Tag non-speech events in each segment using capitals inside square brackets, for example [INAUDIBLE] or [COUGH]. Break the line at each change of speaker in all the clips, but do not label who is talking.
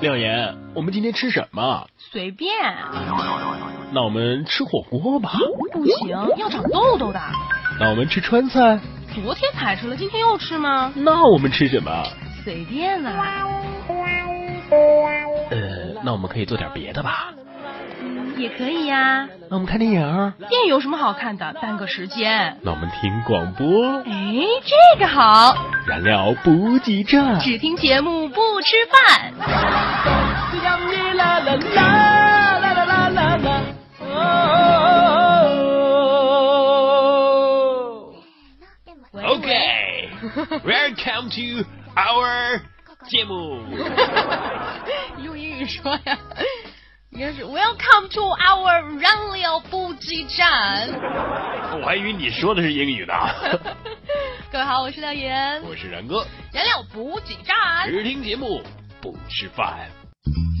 亮言，我们今天吃什么？
随便，啊
那我们吃火锅吧。
不行，要长痘痘的。
那我们吃川菜。
昨天才吃了，今天又吃吗？
那我们吃什么？
随便啦，
呃，那我们可以做点别的吧。
也可以呀、
那我们看电影儿。
电影有什么好看的？耽搁时间。
那我们听广播。
哎，这个好，
燃料补给站。
只听节目不吃饭。
OK，Welcome to our 节目。
[LAUGHS] 用英语说呀，应该是 Welcome to our 燃料补给站。
我还以为你说的是英
[LAUGHS]
语呢。
各位好，我是廖岩，
我是然哥，
燃料补给站。
只听节目不吃饭，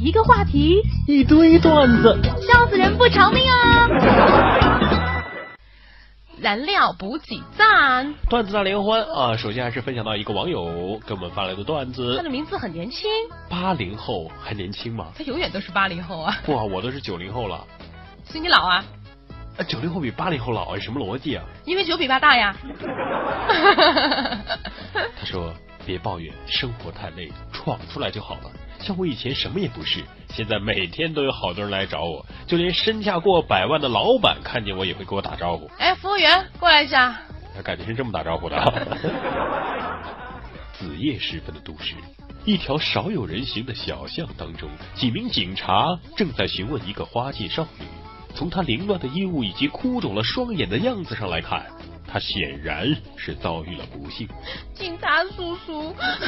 一个话题，
一堆段子。
笑死人不偿命啊！燃料补给站，
段子大联欢啊！首先还是分享到一个网友给我们发来的段
他
子
的：名字很年轻，
八零后还年轻吗？
他永远都是八零后啊，
不啊，我都是九零后了。
所以你老啊，
啊，九零后比八零后老，什么逻辑啊？
因为九比八大呀。
他说：“别抱怨，生活太累，闯出来就好了。像我以前什么也不是，现在每天都有好多人来找我，就连身价过百万的老板看见我也会给我打招呼。
哎，服务员，过来一下。
他感觉是这么打招呼的啊。子夜时分的都市，一条少有人行的小巷当中，几名警察正在询问一个花季少女。从她凌乱的衣物以及哭肿了双眼的样子上来看，她显然是遭遇了不幸。
警察叔叔， [LAUGHS]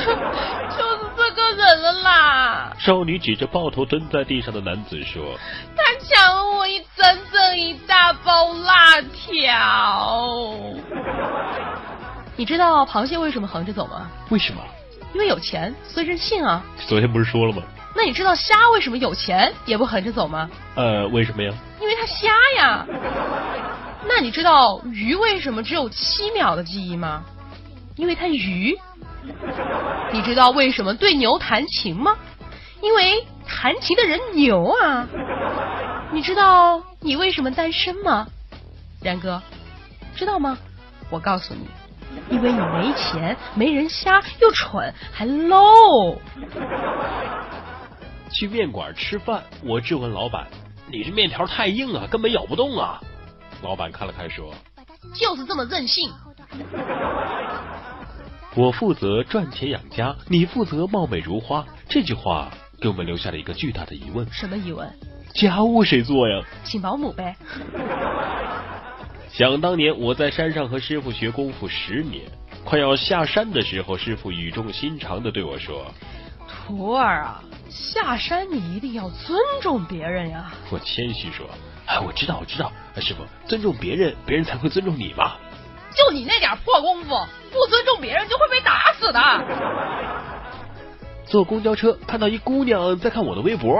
就是这个人了啦，
少女指着抱头蹲在地上的男子说
他抢了我一整整一大包辣条。你知道螃蟹为什么横着走吗？：“
为什么？
因为有钱，所以任性啊。
昨天不是说了吗？
那你知道虾为什么有钱也不横着走吗？
呃，为什么呀？
因为它瞎呀。那你知道鱼为什么只有七秒的记忆吗？因为它鱼。你知道为什么对牛弹琴吗？因为弹琴的人牛啊。你知道你为什么单身吗？然哥，知道吗？我告诉你，因为你没钱、没人瞎、又蠢还 low。
去面馆吃饭，我质问老板：‘你这面条太硬啊，根本咬不动啊！’老板看了看说：‘
就是这么任性。
我负责赚钱养家，你负责貌美如花。这句话给我们留下了一个巨大的疑问：
什么疑问？
家务谁做呀？
请保姆呗。
想当年，我在山上和师傅学功夫十年，快要下山的时候，师傅语重心长的对我说
徒儿啊，下山你一定要尊重别人呀、：“
我谦虚说，哎，我知道，我知道，哎师傅尊重别人，别人才会尊重你嘛。
就你那点破功夫，不尊重别人就会被打死的。
坐公交车看到一姑娘在看我的微博，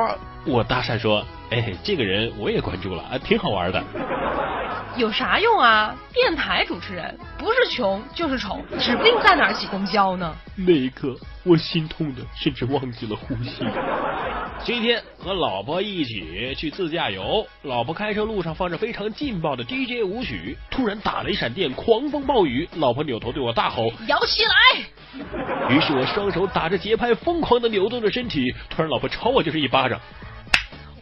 我搭讪说：‘哎，这个人我也关注了，啊，挺好玩的。’
有啥用啊？电台主持人不是穷就是丑，指不定在哪儿挤公交呢。
那一刻，我心痛的甚至忘记了呼吸。 [LAUGHS] 今天和老婆一起去自驾游，老婆开车路上放着非常劲爆的 DJ 舞曲，突然打雷闪电，狂风暴雨，老婆扭头对我大吼，
摇起来！
于是我双手打着节拍，疯狂的扭动着身体，突然老婆朝我就是一巴掌，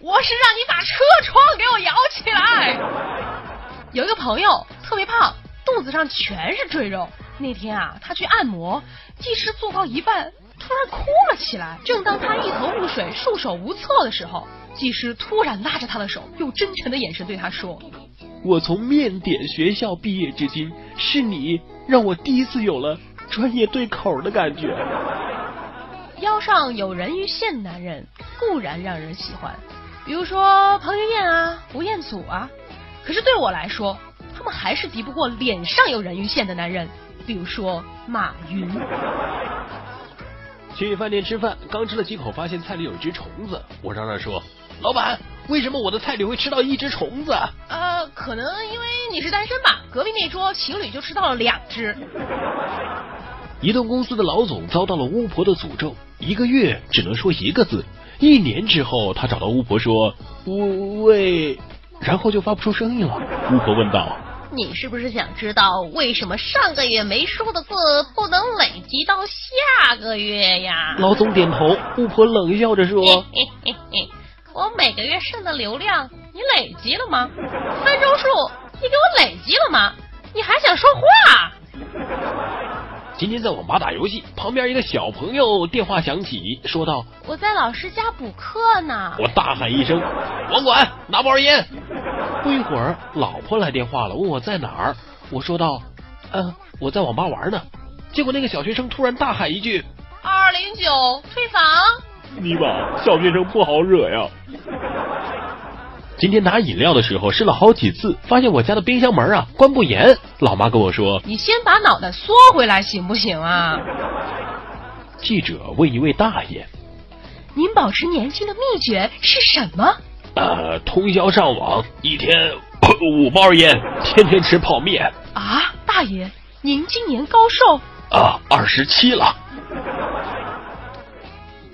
我是让你把车窗给我摇起来。有一个朋友特别胖，肚子上全是赘肉。那天啊，他去按摩，技师做到一半，突然哭了起来。正当他一头雾水、束手无策的时候，技师突然拉着他的手，用真诚的眼神对他说
我从面点学校毕业至今，是你让我第一次有了专业对口的感觉。：“
腰上有人鱼线，男人固然让人喜欢，比如说彭于晏啊、吴彦祖啊。可是对我来说，他们还是敌不过脸上有人鱼线的男人，比如说马
[LAUGHS]
云。”
去饭店吃饭，刚吃了几口，发现菜里有一只虫子。我嚷嚷说：“老板，为什么我的菜里会吃到一只虫子？”啊
呃，可能因为你是单身吧，隔壁那桌情侣就吃到了两只。
移动公司的老总遭到了巫婆的诅咒，一个月只能说一个字，一年之后，他找到巫婆说：“ [LAUGHS] 喂。”然后就发不出声音了。巫婆问道
你是不是想知道为什么上个月没收的字不能累积到下个月呀？：“
老总点头。”巫婆冷笑着 [LAUGHS] 说
嘿嘿嘿， [LAUGHS] 我每个月剩的流量你累积了吗？分钟数你给我累积了吗？你还想说话？：“
今天在网吧打游戏，旁边一个小朋友电话响起，说道
我在老师家补课呢：‘。
我大喊一声，网管，拿包烟。’不一会儿，老婆来电话了，问我在哪儿。我说道：‘嗯、我在网吧玩呢。’结果那个小学生突然大喊一句：‘
二零九退房。
你把小学生不好惹呀。今天拿饮料的时候试了好几次，发现我家的冰箱门啊关不严。老妈跟我说，
你先把脑袋缩回来行不行啊？
记者问一位大爷，
您保持年轻的秘诀是什么？
呃，通宵上网，一天五包烟，天天吃泡面，
啊，大爷，您今年高寿？
啊、二十七了。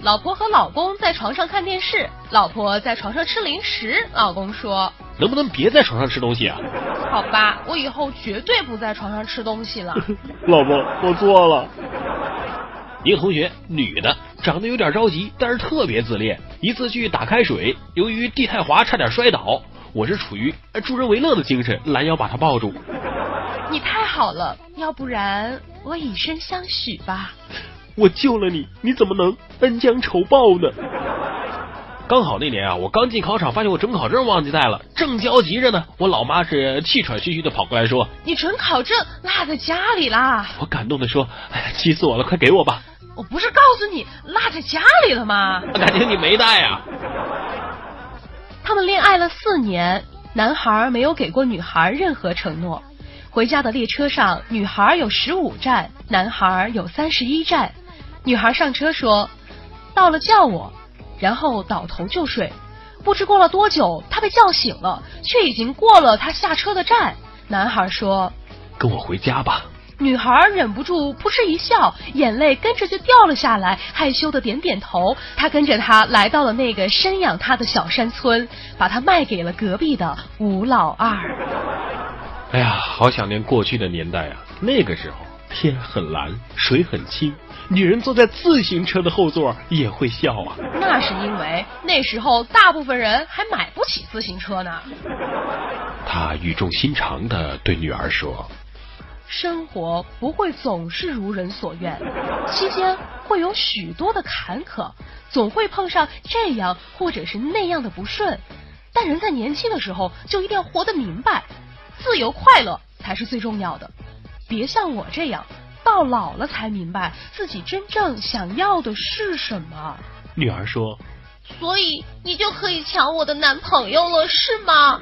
老婆和老公在床上看电视，老婆在床上吃零食。老公说
能不能别在床上吃东西啊？：“
好吧，我以后绝对不在床上吃东西了。
[LAUGHS] 老婆，我错了。一个同学，女的，长得有点着急，但是特别自恋。一次去打开水，由于地太滑，差点摔倒。我是处于呃助人为乐的精神，拦腰把她抱住。”
你太好了，要不然我以身相许吧。
我救了你，你怎么能恩将仇报呢？刚好那年啊，我刚进考场，发现我准考证忘记带了，正焦急着呢。我老妈是气喘吁吁的跑过来说
你准考证落在家里啦，：“
我感动的说，哎呀，气死我了，快给我吧！
我不是告诉你落在家里了吗？
我感情你没带啊。”
他们恋爱了四年，男孩没有给过女孩任何承诺。回家的列车上，女孩有十五站，男孩有三十一站。女孩上车说：“到了叫我。”然后倒头就睡。不知过了多久，她被叫醒了，却已经过了她下车的站。男孩说
跟我回家吧。：“
女孩忍不住扑哧一笑，眼泪跟着就掉了下来，害羞的点点头。她跟着他来到了那个生养她的小山村，把她卖给了隔壁的吴老二。
哎呀，好想念过去的年代啊！那个时候天很蓝，水很清，女人坐在自行车的后座也会笑啊。
那是因为那时候大部分人还买不起自行车呢。
他语重心长的对女儿说
生活不会总是如人所愿，期间会有许多的坎坷，总会碰上这样或者是那样的不顺。但人在年轻的时候就一定要活得明白，自由快乐才是最重要的。别像我这样，到老了才明白自己真正想要的是什么。：“
女儿说，
所以你就可以抢我的男朋友了，是吗？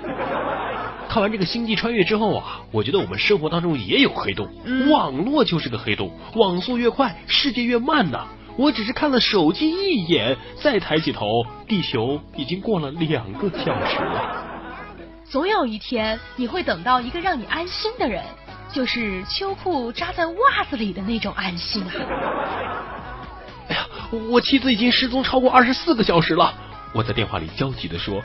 看完这个《星际穿越》之后啊，我觉得我们生活当中也有黑洞，
嗯
网络就是个黑洞，网速越快，世界越慢呐、我只是看了手机一眼，再抬起头，地球已经过了两个小时了。
总有一天，你会等到一个让你安心的人，就是秋裤扎在袜子里的那种安心啊！
哎呀，我妻子已经失踪超过二十四个小时了。我在电话里焦急的说，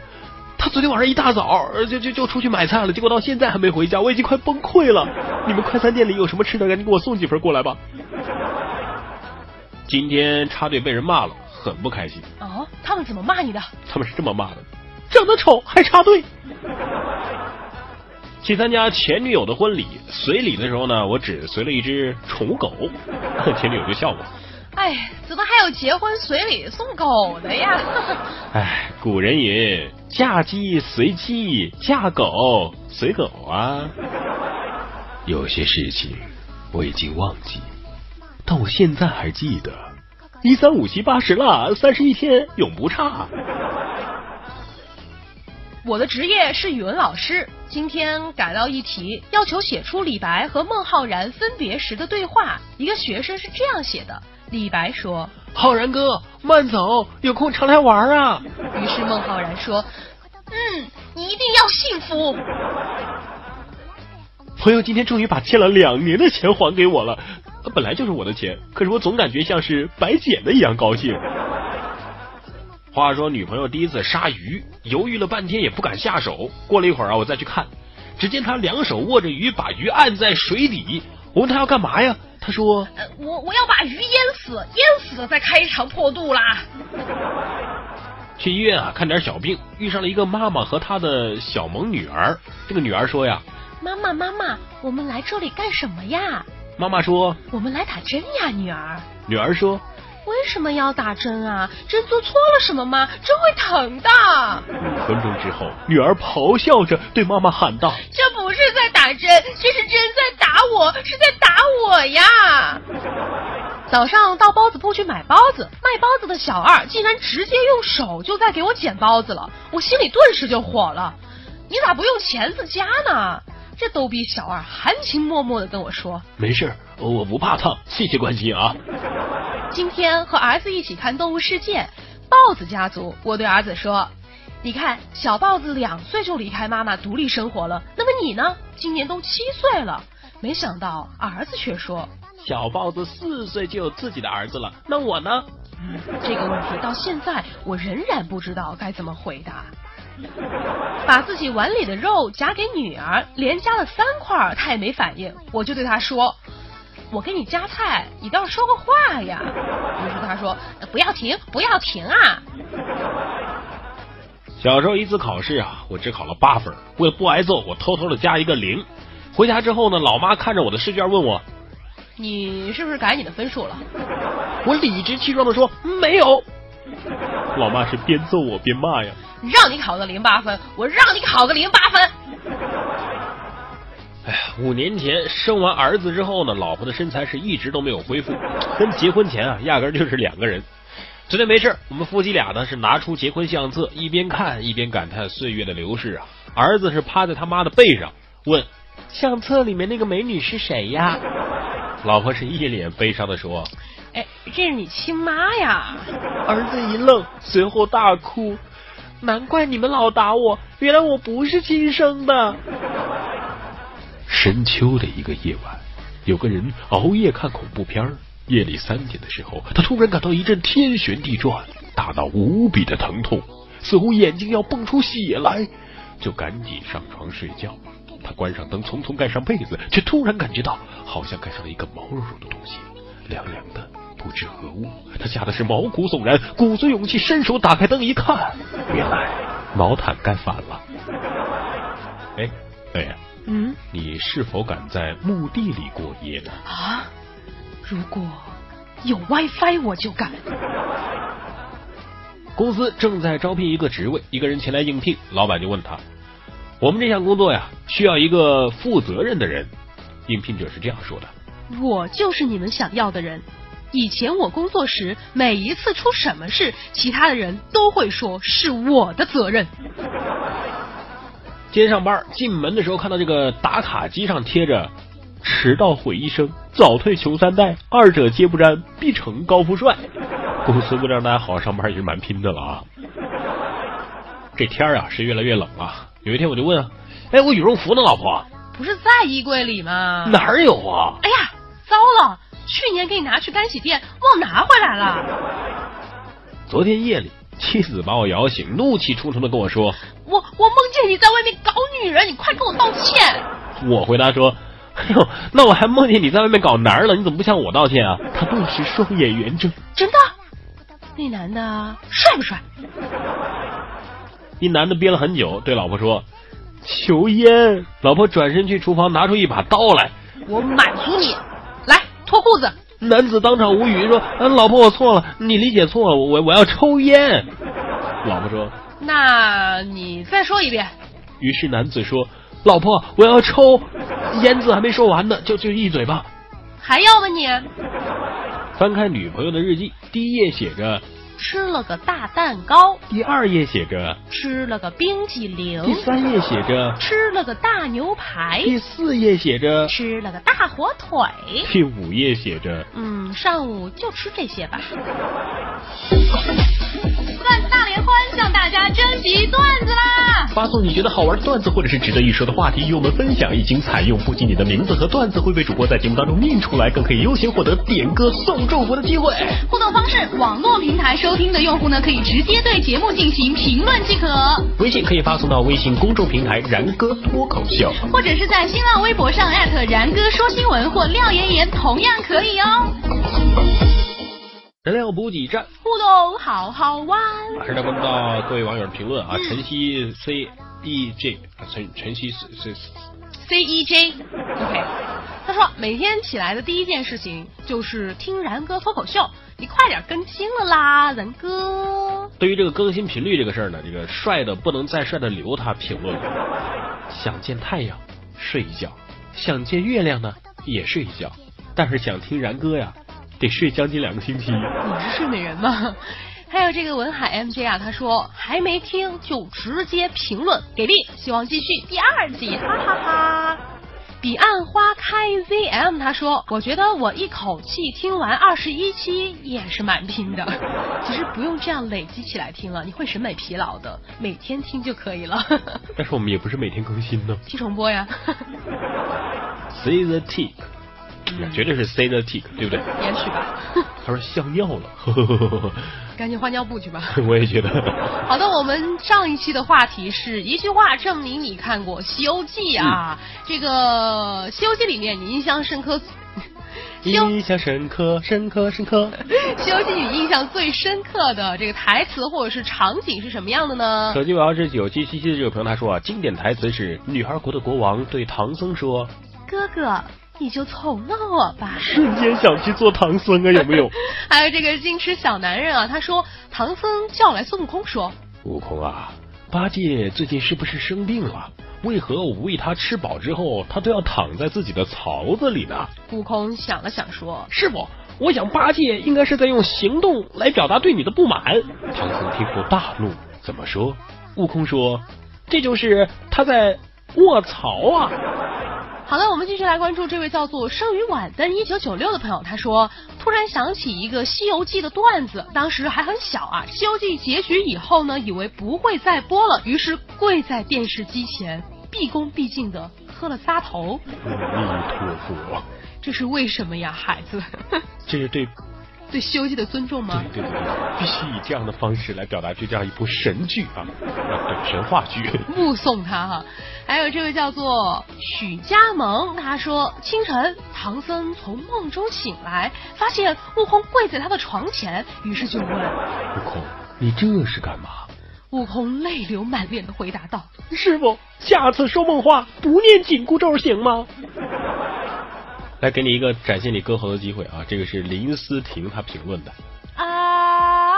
她昨天晚上一大早呃就就就出去买菜了，结果到现在还没回家，我已经快崩溃了。你们快餐店里有什么吃的，赶紧给我送几份过来吧。今天插队被人骂了，很不开心。
哦，他们怎么骂你的？
他们是这么骂的：长得丑还插队。去参加前女友的婚礼，随礼的时候呢，我只随了一只宠物狗， [LAUGHS] 前女友就笑我。
哎，怎么还有结婚随礼送狗的呀？ [LAUGHS]
唉，哎古人云：“嫁鸡随鸡，嫁狗随狗啊。”有些事情我已经忘记，但我现在还记得。一三五七八十了，三十一天永不差。
我的职业是语文老师，今天改到一题，要求写出李白和孟浩然分别时的对话。一个学生是这样写的：李白说，
浩然哥，慢走，有空常来玩啊。
于是孟浩然说：“嗯，你一定要幸福。”
朋友今天终于把欠了两年的钱还给我了，呃本来就是我的钱，可是我总感觉像是白捡的一样高兴。话说女朋友第一次杀鱼，犹豫了半天也不敢下手。过了一会儿啊，我再去看，只见他两手握着鱼，把鱼按在水底。我问他要干嘛呀？他说
呃，我我要把鱼淹死，淹死了再开一场破肚啦。
去医院啊看点小病，遇上了一个妈妈和她的小萌女儿。这个女儿说呀，
妈妈，妈妈，我们来这里干什么呀？
妈妈说，
我们来打针呀，女儿。
女儿说，
为什么要打针啊？针做错了什么吗？针会疼的。
五分钟之后，女儿咆哮着对妈妈喊道：“
这不是在打针，这是针在打我，是在打我呀！早上到包子铺去买包子，卖包子的小二竟然直接用手就在给我捡包子了，我心里顿时就火了。你咋不用钳子夹呢？这逗逼小二含情脉脉的跟我说，
没事儿，我不怕烫，谢谢关心啊。”
今天和儿子一起看《动物世界》，豹子家族。我对儿子说：“你看，小豹子两岁就离开妈妈独立生活了，那么你呢？今年都七岁了。”没想到儿子却说
小豹子四岁就有自己的儿子了，那我呢？：“
这个问题到现在我仍然不知道该怎么回答。”把自己碗里的肉夹给女儿，连夹了三块儿，她也没反应。我就对她说：“我给你夹菜，你倒是说个话呀！”于是她说：“不要停，不要停啊！”
小时候一次考试啊，我只考了八分，为了不挨揍，我偷偷的加一个零。回家之后呢，老妈看着我的试卷问我，
你是不是改你的分数了？
我理直气壮的说没有。老妈是边揍我边骂呀。
让你考个零八分，我让你考个零八分。
哎呀，五年前生完儿子之后呢，老婆的身材是一直都没有恢复，跟结婚前啊压根儿就是两个人。昨天没事儿，我们夫妻俩呢是拿出结婚相册，一边看一边感叹岁月的流逝啊。儿子是趴在他妈的背上问：“相册里面那个美女是谁呀？”老婆是一脸悲伤的说
哎，这是你亲妈呀！：“
儿子一愣，随后大哭，难怪你们老打我，原来我不是亲生的。”深秋的一个夜晚，有个人熬夜看恐怖片儿夜里三点的时候，他突然感到一阵天旋地转，大到无比的疼痛，似乎眼睛要蹦出血来，就赶紧上床睡觉。他关上灯，匆匆盖上被子，却突然感觉到好像盖上了一个毛茸茸的东西，凉凉的，不知何物。他吓得是毛骨悚然，鼓足勇气伸手打开灯一看，原来毛毯盖反了。哎，哎呀！
嗯
你是否敢在墓地里过夜呢？
啊，如果有 WiFi 我就敢。
公司正在招聘一个职位，一个人前来应聘，老板就问他：“我们这项工作呀，需要一个负责任的人。”应聘者是这样说的
我就是你们想要的人。以前我工作时，每一次出什么事，其他的人都会说是我的责任。：“
今天上班，进门的时候看到这个打卡机上贴着‘迟到毁一生，早退穷三代，二者皆不沾，必成高富帅’。”公司为了让大家好好上班，也是蛮拼的了啊。这天儿啊，是越来越冷了。有一天我就问啊：“哎，我羽绒服呢，老婆？
不是在衣柜里吗？
哪儿有啊？”
哎呀，糟了！去年给你拿去干洗店，忘拿回来了。
昨天夜里，妻子把我摇醒，怒气冲冲的跟我说，
我我梦见你在外面搞女人，你快跟我道歉。
我回答说：“哎呦，那我还梦见你在外面搞男儿了，你怎么不向我道歉啊？”他顿时双眼圆睁。
真的？那男的帅不帅？
一男的憋了很久，对老婆说：“求烟。”老婆转身去厨房拿出一把刀来，
我满足你，来脱裤子。
男子当场无语说：“呃老婆，我错了，你理解错了，我我我要抽烟。”老婆说，
那你再说一遍。
于是男子说：“老婆，我要抽。”烟字还没说完呢，就就一嘴巴。
还要吗你？
翻开女朋友的日记，第一页写着
吃了个大蛋糕，
第二页写着，
吃了个冰激凌，
第三页写着，
吃了个大牛排，
第四页写着，
吃了个大火腿。
第五页写着。
嗯，上午就吃这些吧。
段子大联欢向大家征集段子啦！
发送你觉得好玩的段子或者是值得一说的话题与我们分享。一经采用，不仅你的名字和段子会被主播在节目当中念出来，更可以优先获得点歌送祝福的机会。
互动方式：网络平台收听的用户呢，可以直接对节目进行评论即可，
微信可以发送到微信公众平台“然哥脱口秀
嗯
或者是在新浪微博上艾特然哥说新闻或廖妍妍，同样可以哦。”
燃料补给站。
互动好好玩，
马上来关注到各位网友的评论啊，晨曦 C E J 啊，晨晨曦 C C
C E J。OK，他说每天起来的第一件事情就是听然哥脱口秀，你快点更新了啦，然哥。
对于这个更新频率这个事儿呢，这个帅的不能再帅的刘他评论了：想见太阳睡一觉，想见月亮呢也睡一觉，但是想听然哥呀，得睡将近两个星期。
你是睡美人吗？ [LAUGHS] 还有这个文海 MJ 啊，他说还没听就直接评论给力，希望继续第二季，哈哈哈。彼岸花开 ZM 他说，我觉得我一口气听完二十一期也是蛮拼 [LAUGHS] 的，其实不用这样累积起来听了，你会审美疲劳的，每天听就可以了。 [LAUGHS]
但是我们也不是每天更新呢。
听重播 [LAUGHS] 呀，
C the tick，绝对是 C the tick，对不对？
也许 [LAUGHS] 吧，
他说笑尿了， [LAUGHS] 呵呵呵呵
赶紧换尿布去吧。
呵，我也觉得。
好的，我们上一期的话题是一句话证明你看过《西游记》啊。这个《西游记》里面你印象深刻，《 [LAUGHS] 西游
印象深刻，深刻，深刻。
西游记》你印象最深刻的这个台词或者是场景是什么样的呢？
手机尾号是九七七七的这个朋友他说啊，经典台词是女孩国的国王对唐僧说
哥哥，你就宠了我吧：“。
瞬间想去做唐僧啊，有没有
[LAUGHS] 还有这个矜持小男人啊，他说唐僧叫来孙悟空说，？”
悟空啊，八戒最近是不是生病了？为何我喂他吃饱之后，他都要躺在自己的槽子里呢？
悟空想了想说，
师傅，我想八戒应该是在用行动来表达对你的不满。唐僧听后大怒，怎么说？悟空说：“这就是他在卧槽啊！”
好的，我们继续来关注这位叫做生于晚登一九九六的朋友，他说突然想起一个《西游记》的段子，当时还很小啊，《西游记》结局以后呢，以为不会再播了，于是跪在电视机前，毕恭毕敬的磕了仨头，
阿弥陀佛，
这是为什么呀，孩子？ [LAUGHS]
这是对
对《西游记》的尊重吗？
对对对，必须以这样的方式来表达出这样一部神剧啊，啊对，神话剧。
目送他哈。还有这位叫做许佳萌，他说清晨唐僧从梦中醒来，发现悟空跪在他的床前，于是就问
悟空，你这是干嘛？
悟空，泪流满面的回答道
师傅，下次说梦话不念紧箍咒行吗？ [LAUGHS] 来，给你一个展现你歌喉的机会啊！这个是林思婷她评论的，：“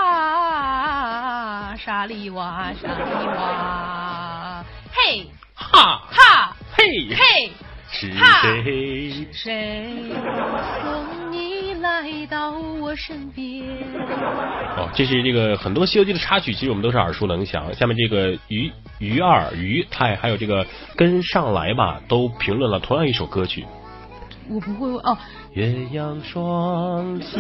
啊，沙利娃，沙利娃，嘿
哈
哈
嘿，
嘿，
是
哈
谁？
谁送你来到我身边？”
哦，这是这个很多《西游记》的插曲，其实我们都是耳熟能详。下面这个于于二于太，还有这个跟上来吧，都评论了同样一首歌曲。
我不会哦，
鸳鸯双栖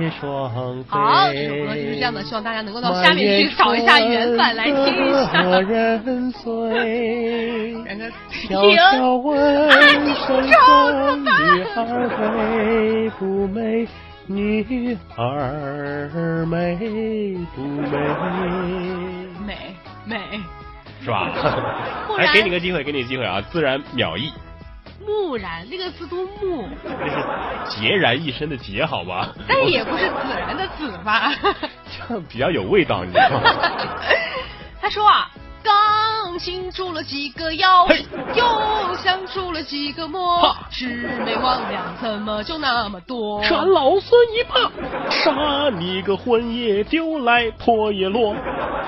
蝶双飞。
好，这首歌就是这样的，希望大家能够到下面去找一下原版来听一下。啊
人醉，
然哥，停，
问
声中
女儿美不美？女儿美不美？
[LAUGHS] 美美。
是
[LAUGHS]
吧
不？然
来，给你个机会，给你个机会啊！自然秒译，
木然，那个字读木，
这是孑然一身的孑，好吧？
但也不是自然的子
[LAUGHS]
吧？
这样 [LAUGHS] 比较有味道，你知道吗？
他说啊，刚新出了几个妖
嘿，
又想出了几个魔
哈，
魑魅魍魉怎么就那么多？
扇老孙一棒，杀你个魂也丢来魄也落。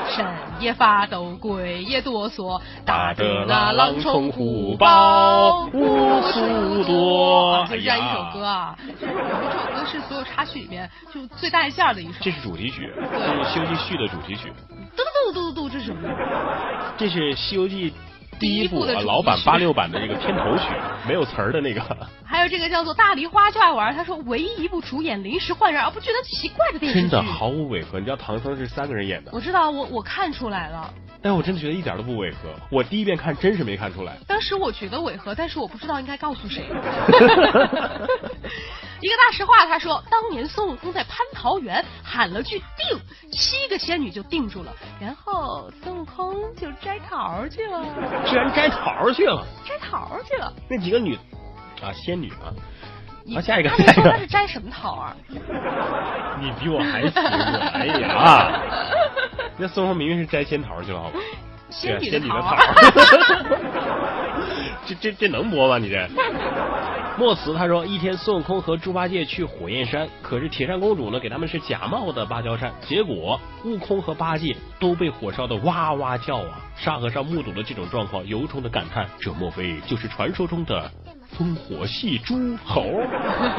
闪也发抖，鬼也哆嗦，
打得那狼虫虎
豹
豹无处躲哎
就这样一首歌啊，就是我们这首歌是所有插曲里面就最带劲儿的一首。
这是主题曲，这是《西游记》续的主题曲，
嘟嘟嘟嘟嘟，这是什么？
这是《西游记》第一部
第一部的主
啊
题曲
老版八六版的这个片头曲，没有词儿的那 [LAUGHS] 个。
还有这个叫做《大梨花就爱玩》，他说唯一一部主演临时换人而不觉得奇怪的电视剧。
真的毫无违和，你知道唐僧是三个人演的，
我知道，我我看出来了，
但我真的觉得一点都不违和，我第一遍看真是没看出来。
当时我觉得违和，但是我不知道应该告
[LAUGHS]
诉谁。一个大实话，他说，当年孙悟空在蟠桃园喊了句“定”，七个仙女就定住了，然后孙悟空就摘桃儿去了，
[LAUGHS] 居然摘桃儿去了，
摘桃儿去了。
那几个女啊仙女啊，
你
啊下一个
他没
下一
说
个
他是摘什么桃儿？
你比我还行啊，哎呀， [LAUGHS] 那孙悟空明明是摘仙桃去了，好吧？对啊
仙女
仙女
的
的
桃
桃
儿。
儿。 [LAUGHS] 这这这能播吗？你这？ [LAUGHS] 莫辞他说，一天孙悟空和猪八戒去火焰山，可是铁扇公主呢给他们是假冒的芭蕉扇，结果悟空和八戒都被火烧的哇哇叫啊！沙和尚目睹了这种状况，由衷的感叹：这莫非就是传说中的烽火戏诸侯？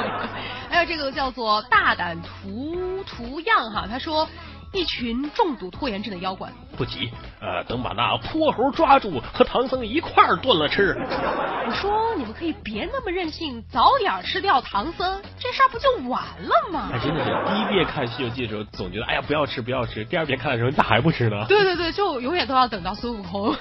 [LAUGHS]
还有这个叫做大胆图图样哈，他说一群重度拖延症的妖怪。
不急，呃，等把那泼猴抓住，和唐僧一块儿炖了吃。
我说你们可以别那么任性，早点吃掉唐僧，这事儿不就完了吗
哎，？真的是第一遍看《西游记》的时候，总觉得哎呀不要吃不要吃，第二遍看的时候你咋还不吃呢？
对对对，就永远都要等到孙悟空。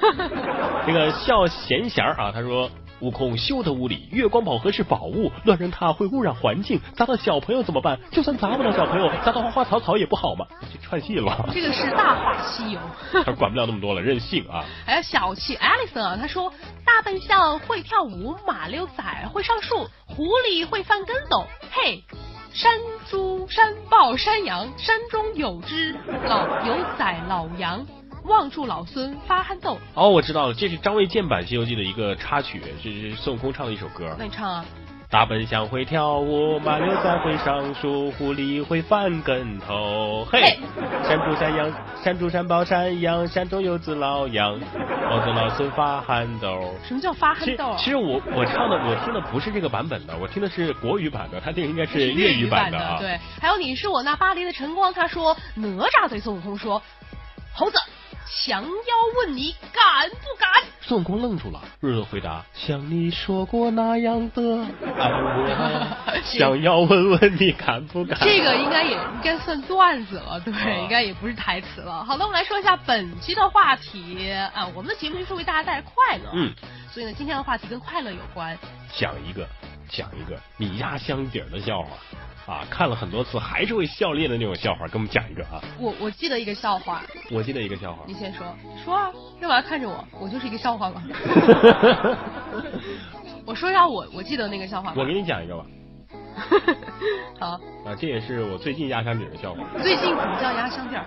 这个笑闲闲儿啊，他说。悟空休得无礼！月光宝盒是宝物，乱扔它会污染环境，砸到小朋友怎么办？就算砸不到小朋友，砸到花花草草也不好嘛。这串戏了，
[LAUGHS]
[LAUGHS]
这个是《大话西游》。
他管不了那么多了，任性啊！
还有哎小气 Alison 啊，他说大笨象会跳舞，马溜仔会上树，狐狸会翻跟斗，嘿，山猪、山豹、山羊，山中有只老牛仔老羊，望住老孙发憨豆。
哦，我知道了，这是张卫健版《西游记》的一个插曲，这是孙悟空唱的一首歌。
那你唱啊，
大笨象会跳舞，马牛仔会上树，狐狸会翻跟头。嘿
嘿，
山猪山羊，山猪山豹山羊，山中有只老羊，望着老孙发憨豆。
什么叫发
其
憨
实
豆啊？
其实我我唱的我听的不是这个版本的，我听的是国语版的，他这个应该是
粤
语
版
的啊。
对，还有你是我那巴黎的晨光，他说哪吒对孙悟空说：“猴子，降妖问你敢不敢？”
孙悟空愣住了，弱弱回答：“像你说过那样
[LAUGHS]
的爱我，想要问问你敢不敢？”
[LAUGHS] 这个应该也应该算段子了，对，
啊
应该也不是台词了。好的，我们来说一下本期的话题啊，我们的节目就是为大家带来快乐，
嗯，
所以呢，今天的话题跟快乐有关。
讲一个，讲一个你压箱底儿的笑话啊！看了很多次还是会笑裂的那种笑话，给我们讲一个啊！
我我记得一个笑话，
我记得一个
[LAUGHS]
笑话
你，先说，说啊，干嘛看着我？我就是一个笑话嘛。 [LAUGHS] 我说一下我我记得那个笑话吧
我。给你讲一个吧。
[LAUGHS] 好，
啊，这也是我最近压箱底儿的笑话。
最近怎么叫压箱底儿？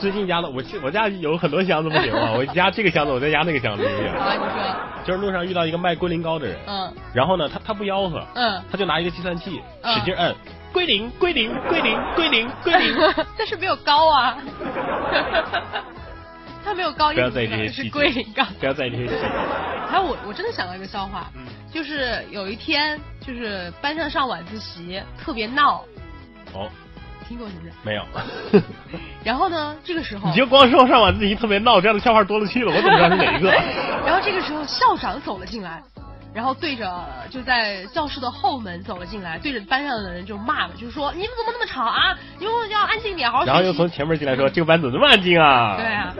最近压了，我记我家有很多箱子不行
[LAUGHS]
啊，我压这个箱子，我再压那个箱子，有点
好，你说，
就是路上遇到一个卖龟苓膏的人，
嗯
然后呢，他他不吆喝，
嗯。
他就拿一个计算器
嗯
使劲摁，龟苓龟苓龟苓龟苓龟苓，
[LAUGHS] 但是没有
[LAUGHS]
高啊，他没有高音，
不要在意这些细
哦是
节
龟苓膏。
不要在意这些细节。
还有哎我我真的想到一个笑话，
嗯，
就是有一天就是班上上晚自习特别闹，
哦，
听过是不是？
没有。
然后呢，这个时候
你就光说上晚自习特别闹，这样的笑话多了去了，我怎么知道是哪一
[LAUGHS]
个？
然后这个时候校长走了进来，然后对着就在教室的后门走了进来，对着班上的人就骂了，就说你们怎么那么吵啊？你们要安静点，好好学习。
然后又从前面进来说，这个班怎么这么安静啊？
对，啊，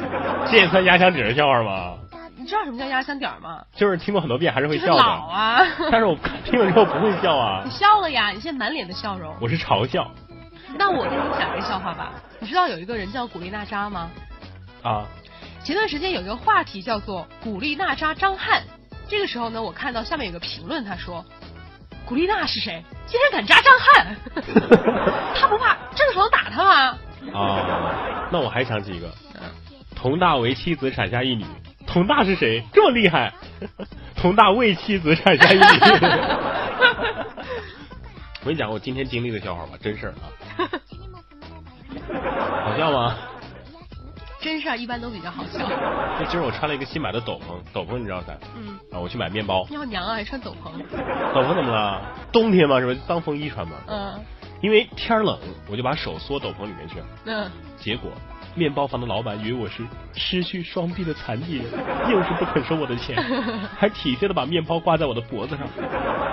这也算压箱底儿的笑话吗？
你知道什么叫压箱底儿吗？
就是听过很多遍还是
就
会
是
笑
老
的，
啊。
但是我听了之后不会笑啊
你， [LAUGHS] 笑了呀，你现在满脸的笑容。
我是嘲笑
那我给你讲一个笑话吧。你知道有一个人叫古力娜扎吗？
啊。
前段时间有一个话题叫做“古力娜扎张翰”，这个时候呢，我看到下面有个评论，他说：“古力娜是谁？竟然敢扎张翰？他不怕郑爽打他吗
啊，那我还想起一个，佟大为妻子产下一女，佟大是谁？这么厉害？ [LAUGHS] 佟大为妻子产下一
[LAUGHS]
女。我跟你讲，我今天经历的笑话吧，真事儿啊，好笑吗？？” [LAUGHS]
真事儿一般都比较好笑。
就今儿我穿了一个新买的斗篷，斗篷你知道啥？
嗯，
啊，我去买面包，
你好娘啊，还穿斗篷。
斗篷怎么了？冬天嘛，是吧？当风衣穿嘛。
嗯
因为天儿冷，我就把手缩斗篷里面去了。
嗯，
结果，面包房的老板以为我是失去双臂的残疾人， [LAUGHS] 硬是不肯收我的钱，还体贴的把面包挂在我的脖子上。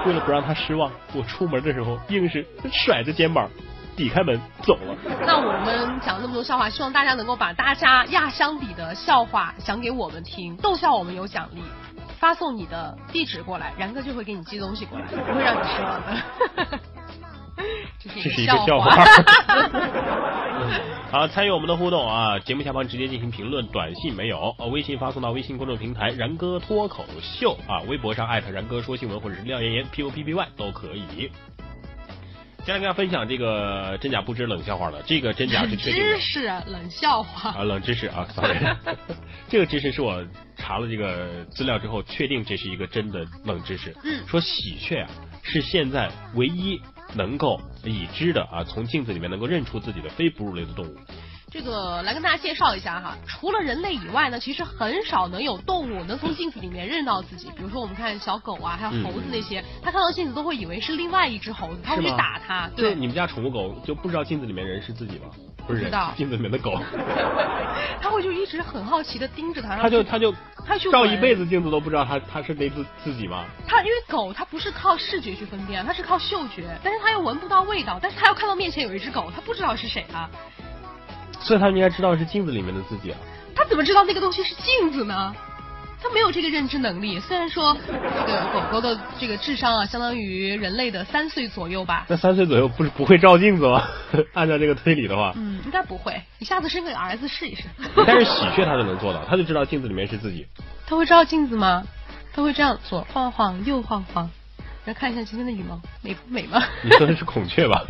为了不让他失望，我出门的时候硬是甩着肩膀，抵开门走了。
那我们讲那么多笑话，希望大家能够把大家压箱底的笑话讲给我们听，逗笑我们有奖励。发送你的地址过来，然哥就会给你寄东西过来，不会让你失望的。
这是一个
个
笑
话
话。 [LAUGHS]
[LAUGHS]
嗯好，参与我们的互动啊！节目下方直接进行评论，短信没有，呃，微信发送到微信公众平台“然哥脱口秀”啊，微博上艾特“然哥说新闻”或者是廖妍妍 P O P P Y 都可以。接下来跟大家分享这个真假不知冷笑话了，这个真假是确定的
知。识冷笑话，
啊，冷知识啊，sorry，这个知识是我查了这个资料之后确定这是一个真的冷知识。
嗯
说喜鹊啊是现在唯一能够已知的啊，从镜子里面能够认出自己的非哺乳类的动物。
这个来跟大家介绍一下哈。除了人类以外呢，其实很少能有动物能从镜子里面认到自己。比如说我们看小狗啊，还
嗯
有猴子那些，它看到镜子都会以为是另外一只猴子，它会去
是吗
打它。
对，
对，
你们家宠物狗就不知道镜子里面人是自己吗？不是
不知
人
道，
镜子里面的狗，
它会就一直很好奇的盯着它，然
它
后
就它就
它去
照
闻
一辈子镜子都不知道它它是那自自己吗？
它因为狗它不是靠视觉去分辨，它是靠嗅觉，但是它又闻不到味道，但是它又看到面前有一只狗，它不知道是谁啊，
所以它们应该知道是镜子里面的自己啊。
它怎么知道那个东西是镜子呢？它没有这个认知能力。虽然说这个狗狗的这个智商啊，相当于人类的三岁左右吧，
那三岁左右不是不会照镜子吗？ [LAUGHS] 按照这个推理的话，
嗯，应该不会。你下次生个儿子试一试。
[LAUGHS] 但是喜鹊它就能做到，它就知道镜子里面是自
[LAUGHS]
己。
它会照镜子吗？它会这样左晃晃，右晃晃，来看一下今天的羽毛美不美 [LAUGHS] 吗？
你说的是孔雀
[LAUGHS]
吧？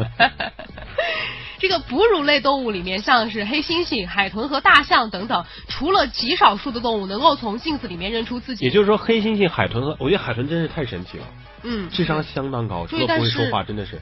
这个哺乳类动物里面，像是黑猩猩、海豚和大象等等，除了极少数的动物能够从镜子里面认出自己，
也就是说，黑猩猩、海豚和我觉得海豚真是太神奇了，
嗯，
智商相当高，除
对
了不会
但是
说话，真的是。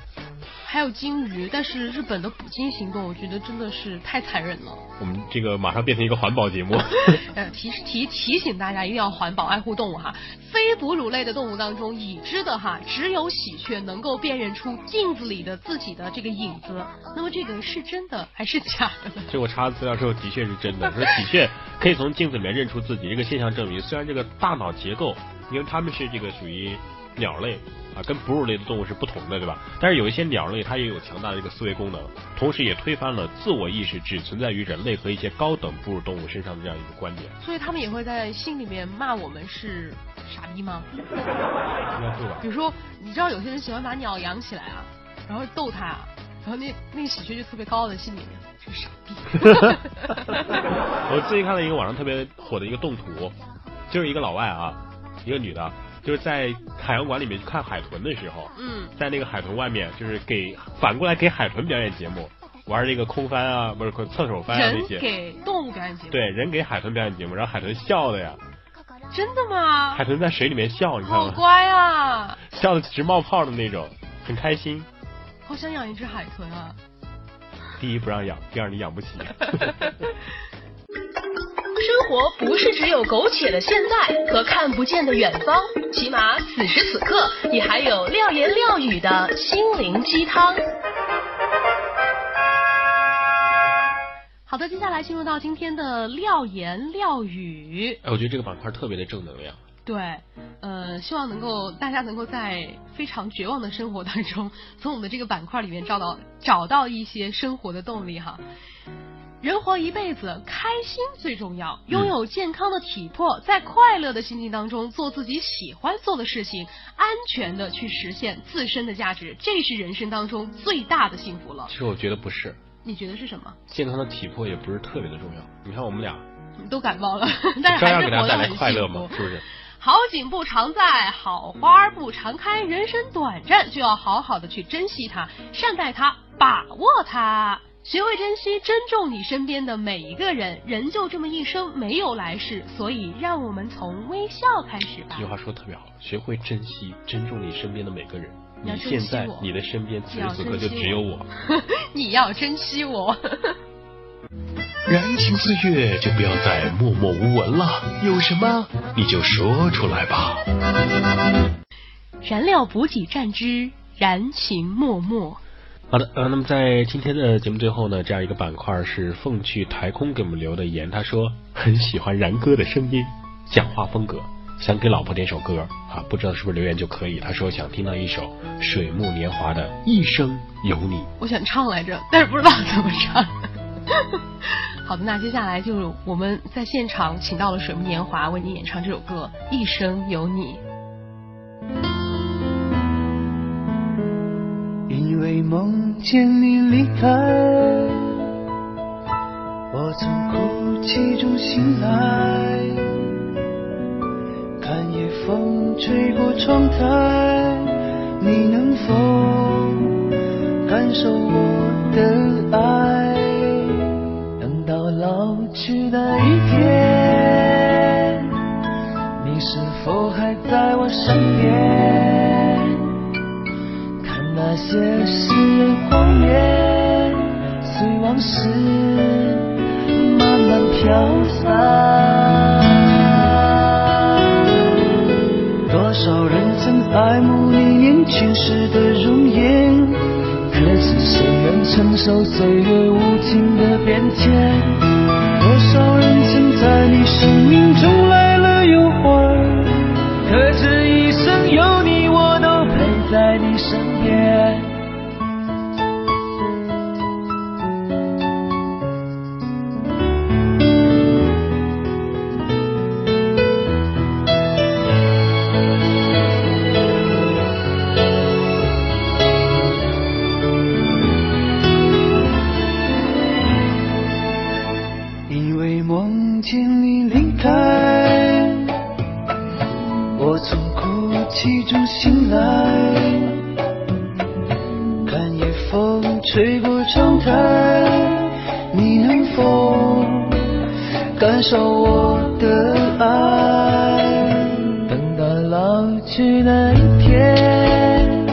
还有鲸鱼，但是日本的捕鲸行动，我觉得真的是太残忍了。
我们这个马上变成一个环保节
[LAUGHS]
目。 [LAUGHS]
呃，提提提醒大家一定要环保爱护动物哈。非哺乳类的动物当中，已知的哈，只有喜鹊能够辨认出镜子里的自己的这个影子。那么这个是真的还是假的呢？ [LAUGHS]
这我查了资料之后，的确是真的。说喜鹊可以从镜子里面认出自己，这个现象证明，虽然这个大脑结构，因为它们是这个属于鸟类啊，跟哺乳类的动物是不同的，对吧？但是有一些鸟类它也有强大的这个思维功能，同时也推翻了自我意识只存在于人类和一些高等哺乳动物身上的这样一个观点。
所以他们也会在心里面骂我们是傻逼吗？
应该会吧
比？如说，你知道有些人喜欢把鸟养起来啊，然后逗它啊，然后那那个喜鹊就特别高傲的心里面，这是傻逼。
我最近看到一个网上特别火的一个动图，就是一个老外啊，一个女的，就是在海洋馆里面去看海豚的时候，
嗯，
在那个海豚外面，就是给反过来给海豚表演节目，玩这个空翻啊，不是空侧手翻啊
人
那些。
给动物表演节目，
对，人给海豚表演节目，然后海豚笑的呀，
真的吗
海？豚在水里面笑，你看
好
吗？
乖啊，
笑的直冒泡的那种，很开心。
好想养一只海豚啊。
第一不让养，第二你养不起。
生活不是只有苟且的现在和看不见的远方，起码此时此刻，你还有廖言廖语的心灵鸡汤。好的，接下来进入到今天的廖言廖语。
[LAUGHS] 哎，我觉得这个板块特别的正能量。
对，呃，希望能够大家能够在非常绝望的生活当中，从我们的这个板块里面找到找到一些生活的动力哈。人活一辈子，开心最重要。
嗯
拥有健康的体魄，在快乐的心情当中做自己喜欢做的事情，安全的去实现自身的价值，这是人生当中最大的幸福了
其。实我觉得不是，
你觉得是什么？
健康的体魄也不是特别的重要。你看我们俩，
你都感冒了， [LAUGHS] 但是
照
还
样
是
给大
活
家
得
带来
很
快乐
幸
嘛
福，，
是不是？
好景不常在，好花儿不常开，人生短暂，就要好好的去珍惜它，善待它，把握它。学会珍惜、珍重你身边的每一个人，人就这么一生，没有来世，所以让我们从微笑开始吧
这句。话说的特别好，学会珍惜、珍重你身边的每个人。
你要
你
珍惜
现在
我
你的身边此
要
时此刻
珍惜
就只有我。
[LAUGHS] 你要珍惜我。 [LAUGHS]
燃情四月就不要再默默无闻了，有什么你就说出来吧。
燃料补给站之燃情脉脉。
好的，呃，那么在今天的节目最后呢，这样一个板块是凤去台空给我们留的言，他说很喜欢然哥的声音，讲话风格，想给老婆点首歌啊，不知道是不是留言就可以。他说想听到一首水木年华的《一生有你》。
我想唱来着，但是不知道怎么唱。 [LAUGHS] 好的，那接下来就是我们在现场请到了水木年华为您演唱这首歌《一生有你》。
因为梦见你离开，我从哭泣中醒来，看夜风吹过窗台，你能否感受我的爱？等到老去的一天，你是否还在我身边？看那些诗人谎言，随往事慢慢飘散。多少人曾爱慕你年轻时的容颜，可是谁能承受岁月无情的变迁？多少人曾在你生命中来了又还，可这一生有你，我都陪在你身边。因为梦见你离开，我从哭泣中醒来，看夜风吹过窗台，你能否感受我的爱？等到老去那一天，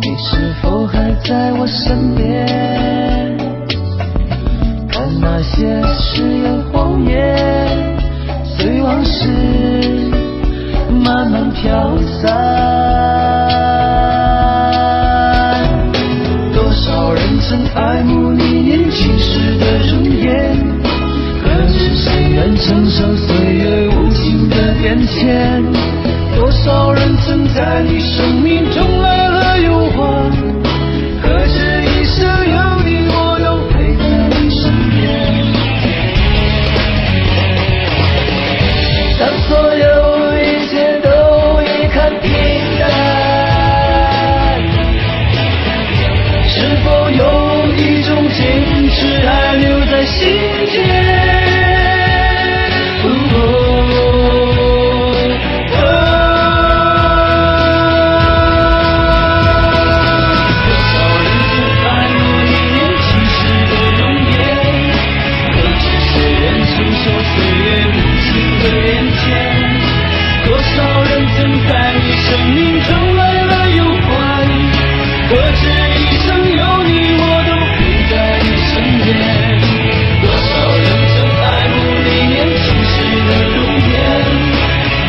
你是否还在我身边？看那些誓言谎言，随往事慢慢飘散。多少人曾爱慕你年轻时的容颜，可是谁能承受岁月无情的变迁？多少人曾在你生命中来了又还，可是一生有你，我都陪在你身边。当所有一切都已看平淡，是否有一种坚持还留在心间？哦哦多少人曾爱慕你年轻时的容颜？可知谁人承受岁月无情的变迁？多少人曾在你生命中来了又还？可知一生有你，我都陪在你身边。多少人曾爱慕你年轻时的容颜？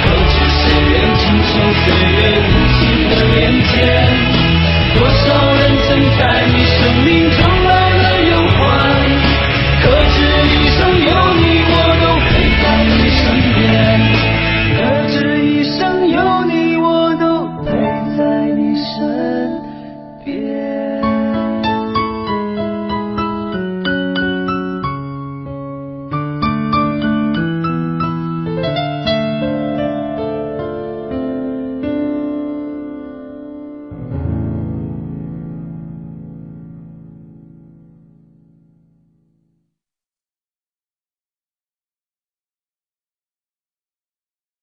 可知谁人承受岁月无情的变迁？多少人曾在你生命中来了又还？可知一生有你，我都陪在你身边。可知一生有你，我都陪在你身边。